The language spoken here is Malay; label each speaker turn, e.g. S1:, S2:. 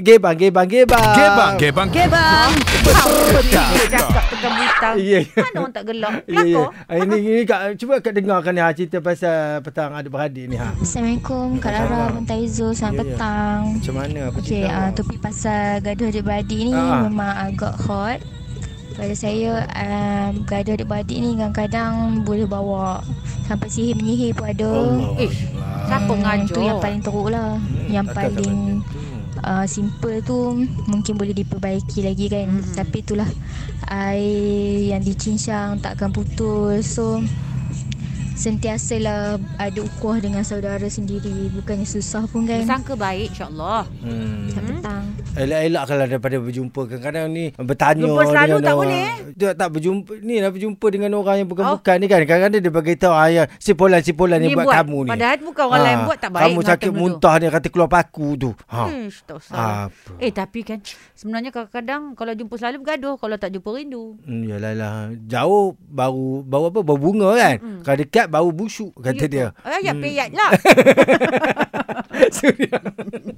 S1: gebang, gebang, gebang.
S2: Gebang, gebang.
S3: Okay bang
S1: Betul.
S3: Dia cakap tegang butang
S1: Ya, ya.
S3: Mana orang tak gelak
S1: Ya, ya.
S3: Kelakor
S1: Ah, Ini, ini Kak, cuba Kak dengarkan ni, ha, cerita pasal petang adik-beradik ni. Ha.
S4: Assalamualaikum Kak Rara, Abang Taizul,
S1: Ya,
S4: selamat
S1: ya.
S4: petang
S1: Macam mana? Apa
S4: Okey,
S1: cerita
S3: ah,
S4: uh,
S1: awak?
S4: topik pasal gaduh adik-beradik ni
S1: Ah.
S4: memang agak hot Pada saya, um, gaduh adik-beradik ni kadang-kadang boleh bawa Sampai sihir menyihir pun ada
S1: Allah.
S3: Eh Siapa
S4: Hmm,
S3: ngajar
S4: Tu yang paling teruk lah Yang
S1: Hmm, Takkan
S4: paling
S1: sama
S4: uh, simple tu mungkin boleh diperbaiki lagi kan
S3: Mhm.
S4: mm-hmm. tapi itulah air yang dicincang takkan putus so sentiasalah ada ukuah dengan saudara sendiri bukannya susah pun
S3: Dia
S4: kan
S3: sangka baik insyaAllah
S1: Hmm.
S4: Selamat petang
S1: Elak-elak kalau daripada berjumpa Kadang-kadang ni bertanya
S3: Jumpa selalu
S1: dengan
S3: tak
S1: orang.
S3: boleh, eh? Oh.
S1: Tak, tak berjumpa Ni dah berjumpa dengan orang yang bukan-bukan ni kan Kadang-kadang dia beritahu Ayah si polan si polan ni,
S3: Ni
S1: buat,
S3: buat.
S1: kamu ni Ah,
S3: Padahal bukan orang lain buat, tak baik
S1: Kamu
S3: mengatakan
S1: sakit
S3: benda tu.
S1: muntah ni Kata keluar paku tu ha.
S3: Hmm, tak salah.
S1: Apa?
S3: Eh tapi kan sebenarnya kadang-kadang kalau jumpa selalu bergaduh, kalau tak jumpa rindu.
S1: Hmm, yalah lah. Jauh baru baru apa? Baru bunga kan. Hmm. Kalau dekat baru busuk kata Hmm.
S3: Ya
S1: dia.
S3: ke? Eh, ya peyat lah.
S1: Suria.